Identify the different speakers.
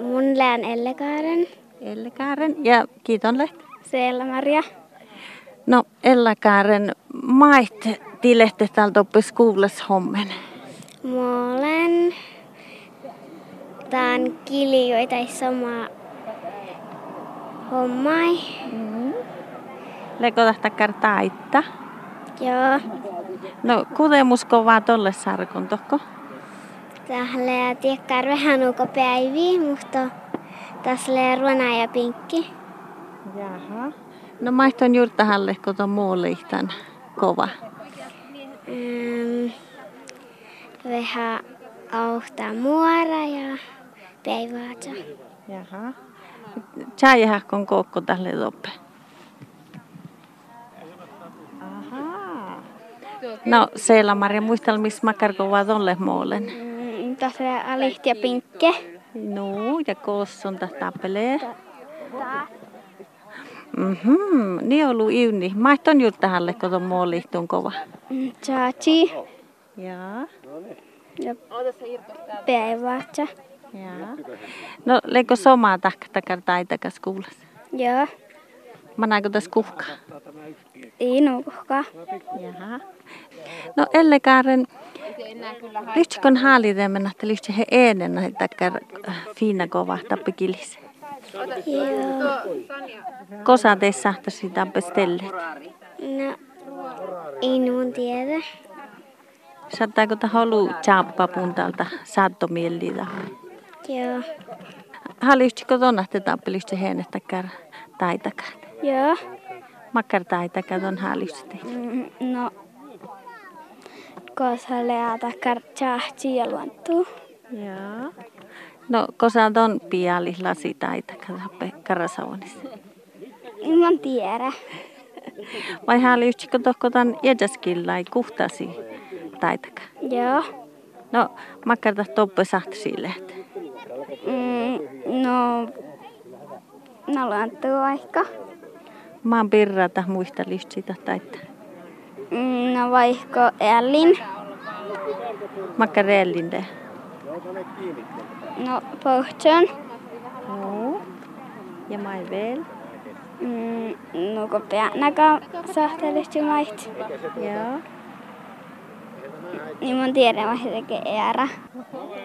Speaker 1: Munle on Ellegaaren,
Speaker 2: Ella Kaaren ja kiitonleht.
Speaker 1: Selmaria,
Speaker 2: No, Ella Kaaren mait tilehte täältä oppis kuules hommen.
Speaker 1: Molen. Tän kiljoita sama hommai.
Speaker 2: Leko tähtä kartaitta.
Speaker 1: Joo,
Speaker 2: No, kudemusko vaan tolle sarkon tokko.
Speaker 1: tähle tiekkar vähän uko päivi, mutta täsle ruona ja pinkki.
Speaker 2: Jaha. No, maihton juuri tähän lehkota muulle ihtan kova.
Speaker 1: Ähm, vähän auhtaa muora ja päivätä.
Speaker 2: Jaha. Tjäjähkon koukko tälle toppe. Ahaa. No, Seela Maria, muistel, missä makarko vaan tolle muulle.
Speaker 1: Mm, täsle alihti ja pinkki.
Speaker 2: No, ja koossa on tästä tappelee. Mhm, niin on ollut yuni. Mä et on juuri tähän lekoton muolihtun kova.
Speaker 1: Chachi
Speaker 2: Jaa,
Speaker 1: ja päivätä.
Speaker 2: jaa. No, leikko somaa tahkatakar taitakas kuulas.
Speaker 1: Joo,
Speaker 2: Mä näkö tässä kuhkaa.
Speaker 1: ei nukuhkaa.
Speaker 2: Jaha. No, Ellekaaren, lyhtsikon haalide mennä, että lyhtsi he ennen näin takkar äh, fiina kova tappikilis.
Speaker 1: Joo.
Speaker 2: Kosa teissä sahtasi tappestelleet.
Speaker 1: No, ei mun tiedä.
Speaker 2: Saattaako tähän ollut tjaappa puntalta saattomieliltä?
Speaker 1: Joo.
Speaker 2: Haluaisitko tuonne, että tappelista heinettä kär taitakaan?
Speaker 1: Joo.
Speaker 2: Makkar taitakaan on haluaisit.
Speaker 1: Mm, No, koska leata kartsahti ja luontuu.
Speaker 2: Joo. No, kosa on piali lasi taitakaan tappe karasavonissa.
Speaker 1: En mä tiedä.
Speaker 2: Vai haluaisitko tohkotan jätäskillai kuhtasi taitakaan?
Speaker 1: Joo.
Speaker 2: No, makkar taas toppe sahtosille.
Speaker 1: Mm, no, no luontuu vaikka.
Speaker 2: Mä oon pirrata muista lyhtsitä taittaa.
Speaker 1: Mm, No vaikka Ellin.
Speaker 2: Makkar reellinde.
Speaker 1: No, pohtion.
Speaker 2: Joo. Ja mä en vielä.
Speaker 1: Mm, no, kun peänäkään sahtelisti mait.
Speaker 2: Joo.
Speaker 1: Niin mun tiedä, mä se tekee erä.